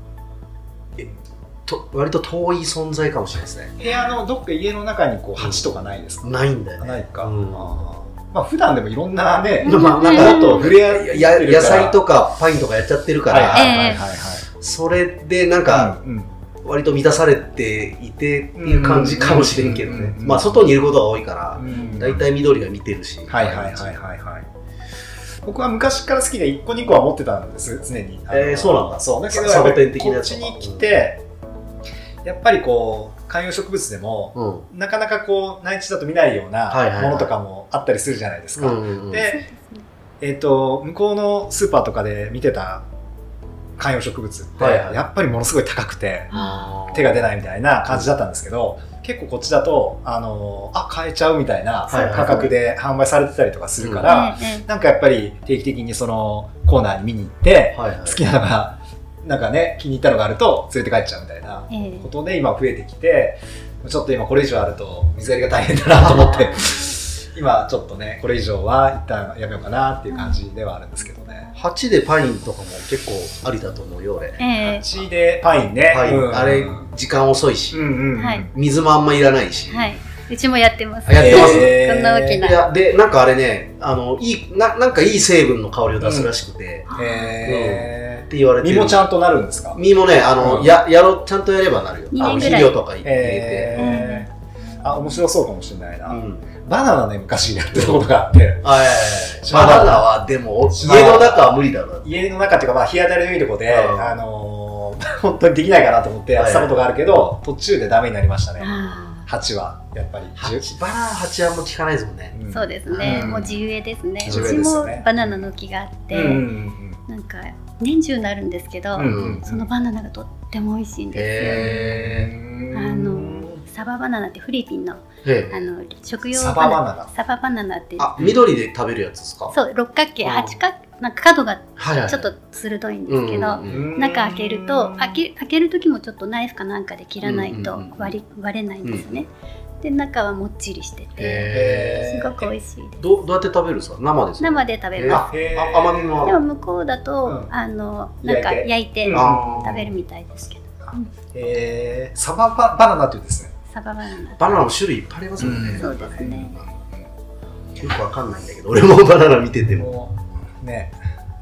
Speaker 2: えと割と遠い存在かもしれないですね
Speaker 3: 部屋のどっか家の中にこう鉢とかないですか、
Speaker 2: ないんだよね
Speaker 3: ないか、
Speaker 2: うん
Speaker 3: あーまあ普段でもいろんなね、
Speaker 4: うん
Speaker 2: まあなん
Speaker 3: も
Speaker 2: か
Speaker 3: っ
Speaker 2: あ
Speaker 3: と
Speaker 2: と
Speaker 3: 触れ合ってるから
Speaker 2: や野菜とかパインとかやっちゃってるか
Speaker 3: はいは
Speaker 2: ら
Speaker 3: いはいはいはい、
Speaker 2: それでなんか
Speaker 3: うんうん
Speaker 2: 割と満たされていてっていう感じかもしれんけど
Speaker 3: うん
Speaker 2: ねまあ外にいることが多いから
Speaker 3: うん
Speaker 2: 大体緑が見てるし
Speaker 3: はいはいはいはいはい。僕は昔から好きで1個2個は持ってたんです、常に。あの
Speaker 2: えーそうなんだ
Speaker 3: そう。だけど、
Speaker 2: ササボテン的なやつ
Speaker 3: こっちに来て、やっぱりこう、観葉植物でも、
Speaker 2: うんうん
Speaker 3: なかなかこう、内地だと見ないよう
Speaker 2: はいはい
Speaker 3: な
Speaker 2: はい
Speaker 3: ものとかもあったりするじゃないですか。
Speaker 2: うんうん
Speaker 3: で、えっ、と、向こうのスーパーとかで見てた観葉植物って、
Speaker 2: はいはい
Speaker 3: やっぱりものすごい高くて、
Speaker 4: あ
Speaker 3: 手が出ないみたいな感じだったんですけど、結構こっちだと、あのあ、買えちゃうみたいな
Speaker 2: はいはい
Speaker 3: 価格で販売されてたりとかするから、
Speaker 4: ーええええ
Speaker 3: なんかやっぱり定期的にそのコーナーに見に行って、
Speaker 2: はいはい
Speaker 3: 好きなのが、なんかね、気に入ったのがあると連れて帰っちゃうみたいな
Speaker 4: ええ
Speaker 3: ことで今増えてきて、ちょっと今これ以上あると水やりが大変だな と思って、今ちょっとね、これ以上は一旦やめようかなっていう感じではあるんですけどね。
Speaker 2: 鉢でパインとかも結構ありだと思うよ俺
Speaker 4: ええ
Speaker 3: チーでパインね。
Speaker 2: パイ
Speaker 3: うん
Speaker 2: ンあれ
Speaker 3: うん
Speaker 2: 時間遅いし
Speaker 3: うんうん。
Speaker 4: はい
Speaker 2: 水もあんまいらないし
Speaker 4: はい、うちもやってます。
Speaker 2: あやってます
Speaker 3: へー
Speaker 4: こんな大き
Speaker 2: い
Speaker 4: な。
Speaker 2: や、で、なんかあれね、あの、いい、ななんかいい成分の香りを出すらしくて、っ
Speaker 3: へ
Speaker 2: て言われ
Speaker 3: ー
Speaker 2: て
Speaker 3: 身
Speaker 2: る。
Speaker 3: もちゃんとなるんですか
Speaker 2: 身もね、あの、
Speaker 3: うん
Speaker 2: や、やろ、ちゃんとやればなるよ。
Speaker 4: 二
Speaker 2: あの、
Speaker 4: 年ぐ
Speaker 2: 肥
Speaker 4: らい
Speaker 2: 料とか入れて。
Speaker 3: えー、あ面白そうかもしれないな、
Speaker 2: うん。
Speaker 3: バナナね昔やってたことがあって
Speaker 2: はい。
Speaker 3: 島
Speaker 2: バ
Speaker 3: 原
Speaker 2: ナナは、でも、
Speaker 3: 島原
Speaker 2: 家の中は無理だろう。
Speaker 3: 家の中っていうか、まあ、日当たりのいいとこで、
Speaker 2: うん
Speaker 3: あのー 本当にできないかなと思ってやってたことがあるけど、途中でダメになりましたね
Speaker 4: あ
Speaker 3: 8はやっぱり
Speaker 2: 八バナナ八はもう効かないですもんね。
Speaker 4: ーそう
Speaker 3: で
Speaker 4: ですね、
Speaker 3: うん
Speaker 4: もう地植えですね。
Speaker 3: 地
Speaker 4: う
Speaker 3: 植え
Speaker 4: ち
Speaker 3: ですよ
Speaker 4: も
Speaker 3: ね
Speaker 4: バナナの木があって、
Speaker 3: うんうん
Speaker 4: なんか年中なるんですけど、
Speaker 3: うんうんうん
Speaker 4: そのバナナがとっても美味しいんですよ。
Speaker 2: へ
Speaker 3: うん
Speaker 4: あのサババナナってフィリピンの
Speaker 2: え。へえ。
Speaker 4: あの食用
Speaker 3: サババナナ
Speaker 4: サババナナって
Speaker 2: あ、緑で食べるやつですか
Speaker 4: そう六角形
Speaker 2: うん
Speaker 4: 八角なんか角が
Speaker 2: はいはい。
Speaker 4: ちょっと鋭いんですけど、
Speaker 2: うんうんうん
Speaker 4: 中開けると開け開ける時もちょっとナイフかなんかで切らない
Speaker 2: うん
Speaker 4: と
Speaker 2: うんうん
Speaker 4: 割り割れないんですよね、で中はもっちりしてて
Speaker 2: へ
Speaker 4: す
Speaker 2: え。
Speaker 4: ごく美味しいで
Speaker 2: どどうやって食べるんですか生です
Speaker 4: す
Speaker 2: か
Speaker 4: 生で食べま
Speaker 2: あ
Speaker 3: へー
Speaker 2: あ甘みも
Speaker 4: す
Speaker 2: あ
Speaker 4: で
Speaker 2: る
Speaker 4: も向こうだと、
Speaker 3: うん
Speaker 4: あのなんか
Speaker 3: 焼いて
Speaker 4: 焼いて
Speaker 3: うん
Speaker 2: あー
Speaker 4: 食べるみたいですけど
Speaker 3: えー、サバババナナっていうんですね
Speaker 4: サババナナ
Speaker 2: バナナも種類いっぱいありますもんね、
Speaker 3: うん
Speaker 4: そうですね
Speaker 2: よくわかんないんだけど俺もバナナ見てて
Speaker 3: で
Speaker 2: も
Speaker 3: もね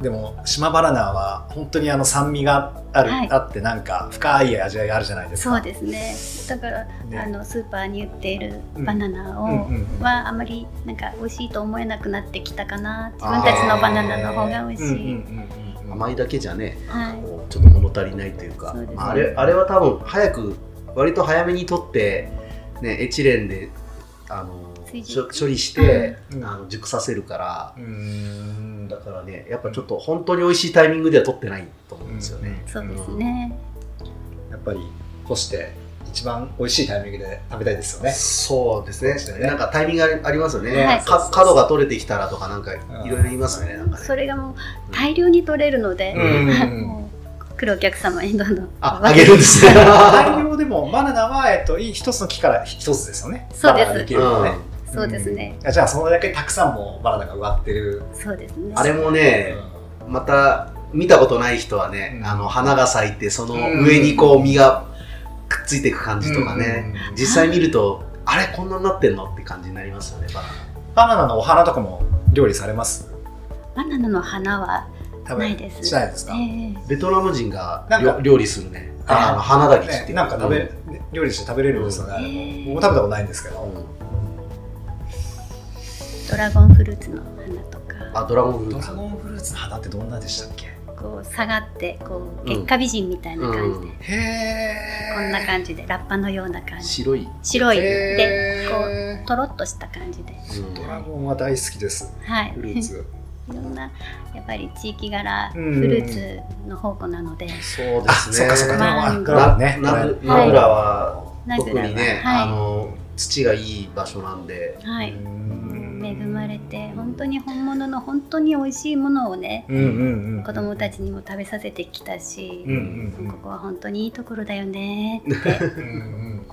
Speaker 3: でも島バナナは本当にあの酸味がある、
Speaker 4: はい
Speaker 3: あってなんか深い味わいがあるじゃないですか
Speaker 4: そうですねだから、
Speaker 3: ね
Speaker 4: あのスーパーに売っている
Speaker 3: うん
Speaker 4: バナナを、
Speaker 3: うんうんうん
Speaker 4: はあまりなんか美味しいと思えなくなってきたかな自分たちのバナナの方が美味しい、
Speaker 2: 甘いだけじゃね
Speaker 4: はい
Speaker 2: こうちょっと物足りないというか
Speaker 4: そうですね
Speaker 2: まあ、あれあれは多分早く割と早めに取って、ね、エチレンであの
Speaker 4: 追熟
Speaker 2: 処処理して、
Speaker 3: うん
Speaker 2: あの熟させるから
Speaker 3: うーん
Speaker 2: だからねやっぱちょっと本当に美味しいタイミングでは取ってないと思うんですよね、
Speaker 4: そうですね、
Speaker 3: やっぱり干して一番美味しいタイミングで食べたいですよね
Speaker 2: そうですね
Speaker 3: ですよね
Speaker 2: なんかタイミングありありますよね、
Speaker 4: はい
Speaker 2: か角が取れてきたらとかなんかいろいろ言いますよね、なんかね
Speaker 4: それがもう大量に取れるので、
Speaker 3: うん
Speaker 4: もう来るお客様にどんどん
Speaker 2: ああげるんですね
Speaker 3: 大量でもバナナは、えっと、い一つの木から一つですよね
Speaker 4: そうで
Speaker 3: バナナ
Speaker 4: す
Speaker 3: ができるのね、
Speaker 4: そうですね、
Speaker 3: うんあじゃあそれだけたくさんもバナナが植わってる、
Speaker 4: そうですね
Speaker 2: あれもねまた見たことない人はね、
Speaker 3: うん
Speaker 2: あの花が咲いてその上にこう実がくっついていく感じとかね、
Speaker 3: うん
Speaker 2: 実際見るとあれこんなになってんのって感じになりますよねバナ
Speaker 3: バナナのお花とかも料理されます
Speaker 4: バナナの花は
Speaker 3: 食べ
Speaker 4: ないです
Speaker 3: しないですか、
Speaker 4: ええ
Speaker 2: ナベトナム人が
Speaker 3: なんか
Speaker 2: 料料理するね
Speaker 3: あー
Speaker 2: あの花だけ切っ
Speaker 3: ね
Speaker 2: て、
Speaker 3: なんか食べ、
Speaker 2: る、
Speaker 3: 料理して食べれるんですよね、あれ
Speaker 4: へ
Speaker 3: も
Speaker 4: ー
Speaker 3: 僕も食べたことないんですけ
Speaker 2: う
Speaker 3: ど、
Speaker 2: ん
Speaker 4: ドラゴンフルーツの花とか
Speaker 2: あドラゴンフル
Speaker 3: ド
Speaker 2: ー
Speaker 3: ラ
Speaker 2: ツ
Speaker 3: ゴンフルーツの花ってどんなでしたっけ
Speaker 4: こう下がってこ
Speaker 2: ん
Speaker 4: う月下美人みたいな感じで、
Speaker 2: うん
Speaker 3: へえ
Speaker 4: こんな感じでラッパのような感じ
Speaker 2: 白い、
Speaker 4: 白いで
Speaker 3: へ
Speaker 4: こ
Speaker 3: ー
Speaker 4: うとろっとした感じで
Speaker 2: うん
Speaker 3: ドラゴンは大好きです
Speaker 4: はい
Speaker 3: フルーツ
Speaker 4: いろんなやっぱり地域柄フ
Speaker 3: うんうん
Speaker 4: ルーツの宝庫なので、
Speaker 2: そうで
Speaker 3: あ
Speaker 2: すね
Speaker 3: そっかそっかドラゴンドラゴ
Speaker 2: な
Speaker 3: ンね
Speaker 2: な
Speaker 3: これ
Speaker 2: ナブラは
Speaker 4: ナブ
Speaker 2: 特
Speaker 4: ラは
Speaker 2: にね、
Speaker 4: はい
Speaker 2: あの土がいい場所なんで、
Speaker 4: は
Speaker 3: う
Speaker 4: い
Speaker 3: ーん
Speaker 4: 恵まれて本当に本物の本当に美味しいものをね
Speaker 3: うんうんうん
Speaker 4: 子供たちにも食べさせてきたし、
Speaker 3: うんうんうん
Speaker 4: ここは本当にいいところだよね、
Speaker 3: うんうんうんうんうん
Speaker 4: うん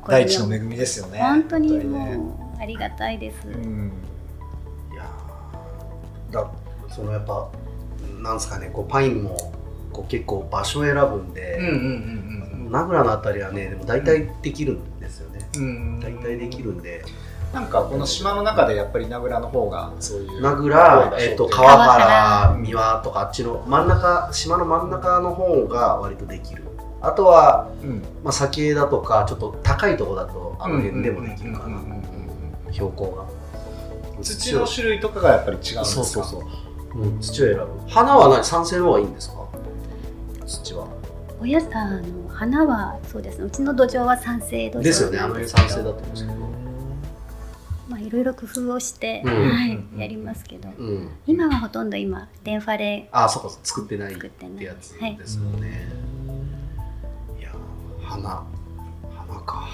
Speaker 4: 誇
Speaker 3: 大
Speaker 4: りに
Speaker 3: 地
Speaker 4: 思う
Speaker 3: の恵みですよね
Speaker 4: 本当に
Speaker 3: ね
Speaker 4: もうありがたいです、
Speaker 3: うん
Speaker 2: いやーだそのやっぱなんですかねこうパインもこう結構場所選ぶん
Speaker 3: うん
Speaker 2: で、名古屋のあたりはねでも大体できるんですよね、
Speaker 3: うんうん
Speaker 2: 大体できるんで
Speaker 3: なんかこの島の中でやっぱり名倉の方がそういう
Speaker 2: 名倉、えっと
Speaker 3: 川
Speaker 2: 川
Speaker 4: 川
Speaker 2: 原三輪とかあっちの真ん中島の真ん中の方が割とできるあとは、
Speaker 3: うん
Speaker 2: まあ、酒だとかちょっと高いとこだとあの辺でもできるかな、
Speaker 3: うんうんうんうん
Speaker 2: 標高が
Speaker 3: 土の種類とかがやっぱり違うんですか
Speaker 2: そうそうそう、うん、土を選ぶ花は何酸性の方がいいんですか土は
Speaker 4: お野菜の花はそうですねうちの土壌は酸性土壌
Speaker 2: ですよねあ
Speaker 4: なん
Speaker 2: まり
Speaker 4: ですけど
Speaker 2: 酸性だと思うんですけど、
Speaker 4: まあいろいろ工夫をして、
Speaker 2: うん
Speaker 4: はい
Speaker 3: うん
Speaker 4: やりますけど
Speaker 2: うん、
Speaker 4: 今はほとんど今デンファレ
Speaker 2: あそこ作ってないっ
Speaker 4: 作ってな
Speaker 2: て
Speaker 4: い
Speaker 2: やつ
Speaker 4: はい
Speaker 2: ですよね、い、やー花花か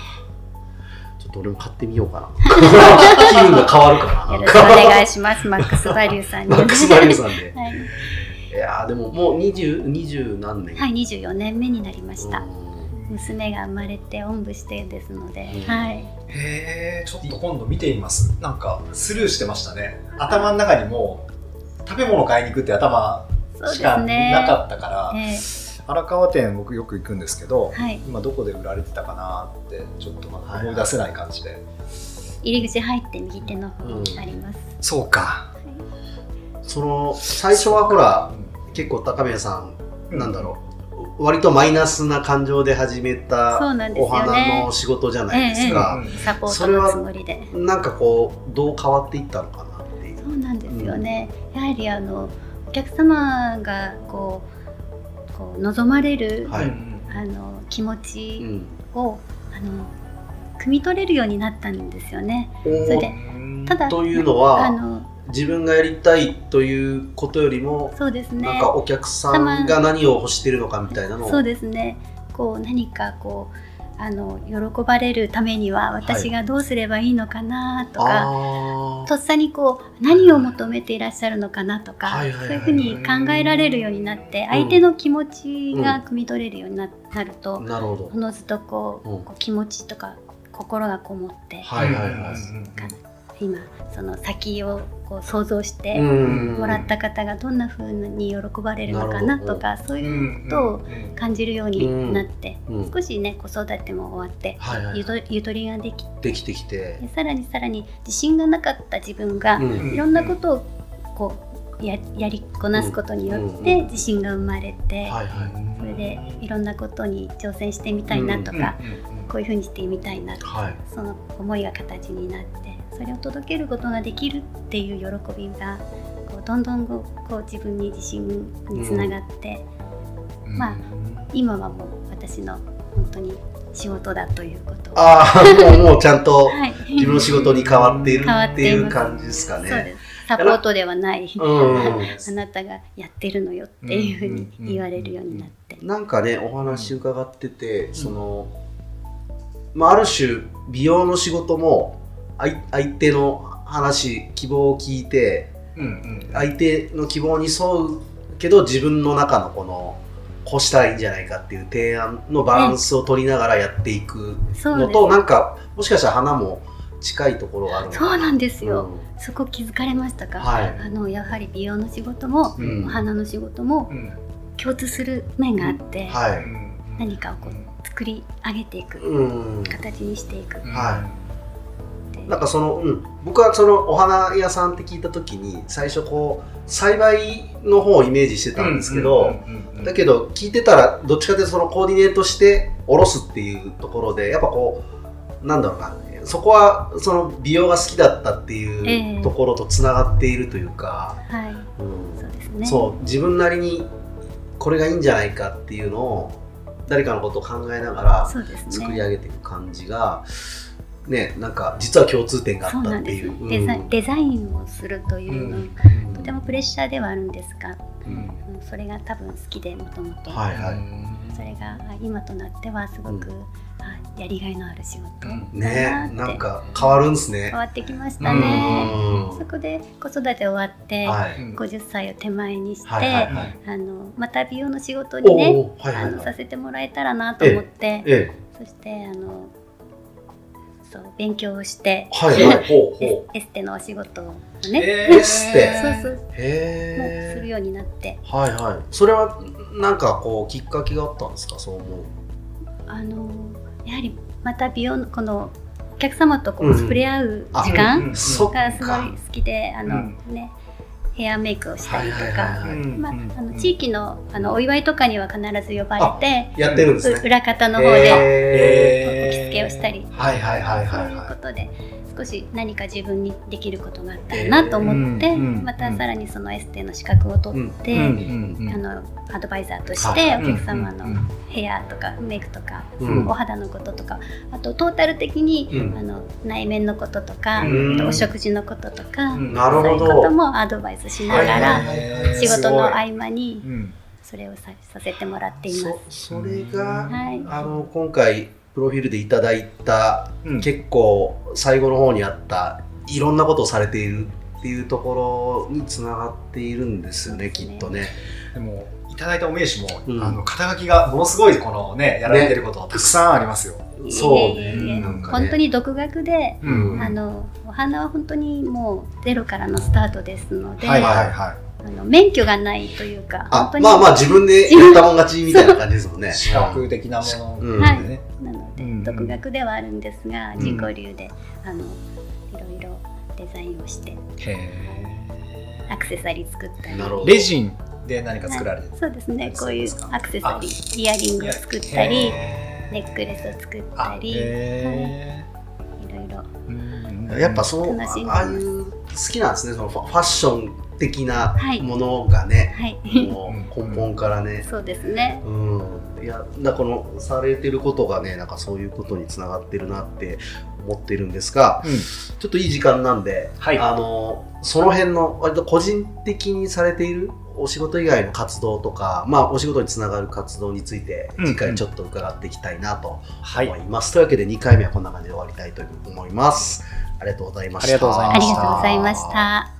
Speaker 2: ちょっと俺も買ってみようか な気分が変わるかなな
Speaker 4: よ
Speaker 2: ん
Speaker 4: ろしくお願
Speaker 2: か
Speaker 4: いしますマックスバリューさん に
Speaker 2: マックスバリューさんで
Speaker 4: はい、
Speaker 2: いやーでももう20 20何年
Speaker 4: はい
Speaker 2: い、
Speaker 4: 24年目になりまし
Speaker 2: う
Speaker 4: た
Speaker 2: ん
Speaker 4: 娘が生まれておんぶしてですので、
Speaker 2: うん
Speaker 4: はい
Speaker 3: へえちょっと今度見てみますなんかスルーしてましたね頭の中にもう食べ物買いに行くって頭
Speaker 4: そう
Speaker 3: し
Speaker 4: で
Speaker 3: か
Speaker 4: すね
Speaker 3: なかったから、
Speaker 4: ええ
Speaker 3: 荒川店僕よく行くんですけど、
Speaker 4: はい
Speaker 3: 今どこで売られてたかなってちょっとまだ思い出せない感じで、
Speaker 4: 入り口入って右手の方にあります、
Speaker 3: そうか
Speaker 2: その最初はほら結構高宮さん、なんだろう割とマイナスな感情で始め
Speaker 4: そ
Speaker 2: た
Speaker 4: うなんです
Speaker 2: お
Speaker 4: よ
Speaker 2: 花
Speaker 4: ね
Speaker 2: の仕事じゃないです
Speaker 3: う
Speaker 2: か、
Speaker 3: ん
Speaker 4: サポートのつもりで
Speaker 2: なんかこうどう変わっていったのかなっていう
Speaker 4: そうなんですよね、やはりあのお客様がこうこう望まれる、
Speaker 2: はい
Speaker 4: あの気持
Speaker 2: う
Speaker 4: ち
Speaker 2: ん
Speaker 4: を、あの汲み取れるようになったんですよね。それでただ
Speaker 2: というのは
Speaker 4: あの
Speaker 2: 自分がやりたいということよりも、
Speaker 4: そうですね
Speaker 2: なんかお客さんが何を欲してるのかみたいなのを
Speaker 4: そうですねこう何かこうあの喜ばれるためには私がどうすればいいのかなとか、
Speaker 2: あ
Speaker 4: とっさにこう何を求めていらっしゃるのかなとか、
Speaker 2: はいはいはい
Speaker 4: そういうふうに考えられるようになって、
Speaker 2: ん
Speaker 4: 相手の気持ちが汲み取れるようにななる
Speaker 2: あ
Speaker 4: と、
Speaker 2: なるほど
Speaker 4: おのずとこう,、
Speaker 2: うん
Speaker 4: こう気持ちとか心がこもって、
Speaker 2: はいはいはい
Speaker 4: 今その先をこう想像して
Speaker 2: も
Speaker 4: もらった方がどんなふうに喜ばれるのかなとか、そういうことを感じるようになって、
Speaker 2: うん
Speaker 4: 少しね子育ても終わって、
Speaker 2: はいはい
Speaker 4: ゆとゆとりができて
Speaker 2: できてきて、
Speaker 4: さらにさらに自信がなかった自分が、
Speaker 2: うん
Speaker 4: いろんなことをこうややりこなすことによっ
Speaker 2: うん
Speaker 4: て
Speaker 2: うん
Speaker 4: 自信が生まれて、
Speaker 2: はいはい
Speaker 4: それでいろんなことに挑戦してみたいなと
Speaker 3: うんうん
Speaker 4: か、こういうふうにしてみたいなとか
Speaker 2: はい
Speaker 4: その思いが形になってそれを届けることができるっていう喜びがこうどんどんこうこう自分に自信につながって、
Speaker 3: うん
Speaker 4: まあ今はもう私の本当に仕事だということを
Speaker 2: ああもうもうちゃんと
Speaker 4: はい、
Speaker 2: 自分の仕事に変わっている
Speaker 4: 変わっ
Speaker 2: って
Speaker 4: てい
Speaker 2: い
Speaker 4: ます
Speaker 2: う感じですか
Speaker 4: そう
Speaker 2: ね。
Speaker 4: ですサポートではない、
Speaker 2: うん
Speaker 4: あなたがやってるのよっていうふうに言われるようになって、
Speaker 2: なんかねお話伺ってて、その、まあ、ある種美容の仕事も相相手の話希望を聞いて相手の希望に沿うけど自分の中のこのこうしたらいいんじゃないかっていう提案のバランスを取りながらやっていく
Speaker 4: そう
Speaker 2: の
Speaker 4: です
Speaker 2: となんかもしかしたら花も近いところがあるのか
Speaker 4: そうなんです
Speaker 2: う
Speaker 4: よ、
Speaker 2: ん
Speaker 4: そこ気づかれましたか、
Speaker 2: はい
Speaker 4: あのやはり美容の仕事も、
Speaker 2: うん
Speaker 4: お花の仕事も共通する面があって、
Speaker 2: はい
Speaker 4: 何かをこう作り上げていく、
Speaker 2: うん
Speaker 4: 形にしていくって、
Speaker 2: なんかその、うん、僕はそのお花屋さんって聞いた時に最初こう栽培の方をイメージしてたんですけど、だけど聞いてたらどっちかというとそのコーディネートしておろすっていうところでやっぱこうなんだろうなそこはその美容が好きだったってい
Speaker 4: ええ
Speaker 2: うところとつながっているというか、
Speaker 4: はい
Speaker 2: うん
Speaker 4: そうですね
Speaker 2: そう自分なりにこれがいいんじゃないかっていうのを誰かのことを考えながら
Speaker 4: そうです
Speaker 2: 作り
Speaker 4: ね
Speaker 2: 上げていく感じが、ね、なんか実は共通点があ
Speaker 4: そう
Speaker 2: った
Speaker 4: な
Speaker 2: っ
Speaker 4: ん
Speaker 2: て
Speaker 4: で
Speaker 2: い
Speaker 4: す、
Speaker 2: う。
Speaker 4: デザイ
Speaker 2: う
Speaker 4: ン
Speaker 2: ん
Speaker 4: デザインをするというの、とてもプレッシャーではあるんですが、うんそれが多分好きでもともと、
Speaker 2: はいはい
Speaker 4: それがあ今となってはすごく、
Speaker 2: う
Speaker 4: あやりがいのある仕事
Speaker 2: ね、なんか変わるんですね
Speaker 4: 変。わってきまし
Speaker 2: う
Speaker 4: た
Speaker 2: ん
Speaker 4: ね。そこで子育て終わって、
Speaker 2: はい
Speaker 4: 50歳を手前にして、
Speaker 2: はいはいはい。
Speaker 4: あのまた美容の仕事に
Speaker 2: お
Speaker 4: ね
Speaker 2: おはいは
Speaker 4: あ
Speaker 2: い
Speaker 4: の
Speaker 2: は
Speaker 4: さ
Speaker 2: い。
Speaker 4: せてもらえたらなと思って、
Speaker 2: ええ
Speaker 4: そしてあのそう勉強をして
Speaker 2: はいはいほう
Speaker 4: エ
Speaker 2: ほ
Speaker 4: スエステのお仕事をね、
Speaker 3: え
Speaker 2: エステ
Speaker 4: そうそう
Speaker 2: う。
Speaker 4: もうする
Speaker 2: へえ。
Speaker 4: ようになって
Speaker 2: はいはい。それはなんかこうきっかけがあったんですかそう思う。
Speaker 4: あのやはりまた美容のこのお客様とこ
Speaker 2: うん
Speaker 4: う触れ合う時間、
Speaker 3: うん
Speaker 2: そっか。
Speaker 4: がすごい好きであの、ねヘアメイクをしたりと
Speaker 2: はいはいはい
Speaker 4: か、
Speaker 2: はい
Speaker 4: まあ、あの地域のあのお祝いとかには必ず呼ばれて
Speaker 2: やってるんです
Speaker 4: う
Speaker 2: ね。
Speaker 4: 裏方の方で
Speaker 2: へえ
Speaker 4: お着付けをしたり、
Speaker 2: はいはいはいはい
Speaker 4: そういうこ
Speaker 2: は
Speaker 4: とで少し何か自分にできることがあったらなと思って、
Speaker 3: えーうん
Speaker 4: またさらにそのエステの資格を取って。あのアドバイザーとしてお客様のヘアとかメイクとか、
Speaker 2: うん
Speaker 4: お肌のこととかあとトータル的に、
Speaker 2: うん
Speaker 4: あの内面のこととか、
Speaker 2: うん
Speaker 4: あとお食事のこととか、
Speaker 2: い。なる
Speaker 4: そうい
Speaker 2: ほ
Speaker 4: う
Speaker 2: ど。
Speaker 4: こともアドバイスしなが
Speaker 2: はい
Speaker 4: ら仕事の合
Speaker 3: 合
Speaker 4: 間にそれをささせてもらっています
Speaker 2: そ。それが、
Speaker 4: はい
Speaker 2: あの今回プロフィールでいただいた、
Speaker 3: うん
Speaker 2: 結構最後の方にあったいろんなことをされているっていうところにつながっているんですよね
Speaker 4: そう
Speaker 2: き
Speaker 4: ですね
Speaker 2: っとね。
Speaker 3: でもいただいたお名刺も、
Speaker 2: うん
Speaker 3: あの肩書きがものすごいこのねやられてることたくさんありますよ。
Speaker 2: そう
Speaker 4: いえ
Speaker 2: ね
Speaker 4: いえいえ
Speaker 2: なんかね
Speaker 4: 本当に独学で、
Speaker 2: うん
Speaker 4: あのお花は本当にもうゼロからのスタートですので、
Speaker 3: はいはいは
Speaker 4: あの免許がないというか
Speaker 2: あまあまあ自分 でやったもん勝ちみたいな感じですもんね。
Speaker 3: 視覚的なも
Speaker 2: う
Speaker 3: の
Speaker 2: ん
Speaker 3: なんでね、
Speaker 4: なので、
Speaker 5: うんうん
Speaker 4: 独学ではあるんですが
Speaker 5: ん
Speaker 4: 自己流で、あのいろいろデザインをして
Speaker 3: へ
Speaker 4: アクセサリー作ったり
Speaker 2: なるほ
Speaker 5: ー
Speaker 2: ど。
Speaker 5: レジン
Speaker 3: ーで何か作られてる
Speaker 4: そうですねこう
Speaker 3: そう
Speaker 4: い
Speaker 3: で
Speaker 4: う
Speaker 3: すか
Speaker 4: アクセサリーイヤリングを作ったり
Speaker 3: へー
Speaker 4: ネックレスを作った
Speaker 3: あ
Speaker 4: り、
Speaker 3: へ
Speaker 4: いろいろ
Speaker 3: ーうん
Speaker 2: やっぱそう
Speaker 4: 楽しんで
Speaker 2: あ
Speaker 4: ます
Speaker 2: あいう好きなんですねそのファファッション的な
Speaker 4: はい
Speaker 2: ものが ね、
Speaker 4: はい
Speaker 2: もう根本からね。
Speaker 4: そうですね
Speaker 2: うん、いやだからこのされてることがねなんかそういうことにつながってるなって思ってるんですが、
Speaker 5: うん
Speaker 2: ちょっといい時間なんで、
Speaker 3: はい
Speaker 2: あのその辺の割と個人的にされているお仕事以外の活動とか、まあ、お仕事につながる活動について
Speaker 5: うん
Speaker 2: 次回ちょっと伺っていきたいなと
Speaker 3: は
Speaker 2: 思
Speaker 3: い
Speaker 2: います、というわけで2回目はこんな感じで終わりたいと思いますありがとうございました
Speaker 5: ありがとうござい
Speaker 4: あ
Speaker 5: ま
Speaker 4: り
Speaker 5: し
Speaker 4: が
Speaker 5: た
Speaker 4: とうございました。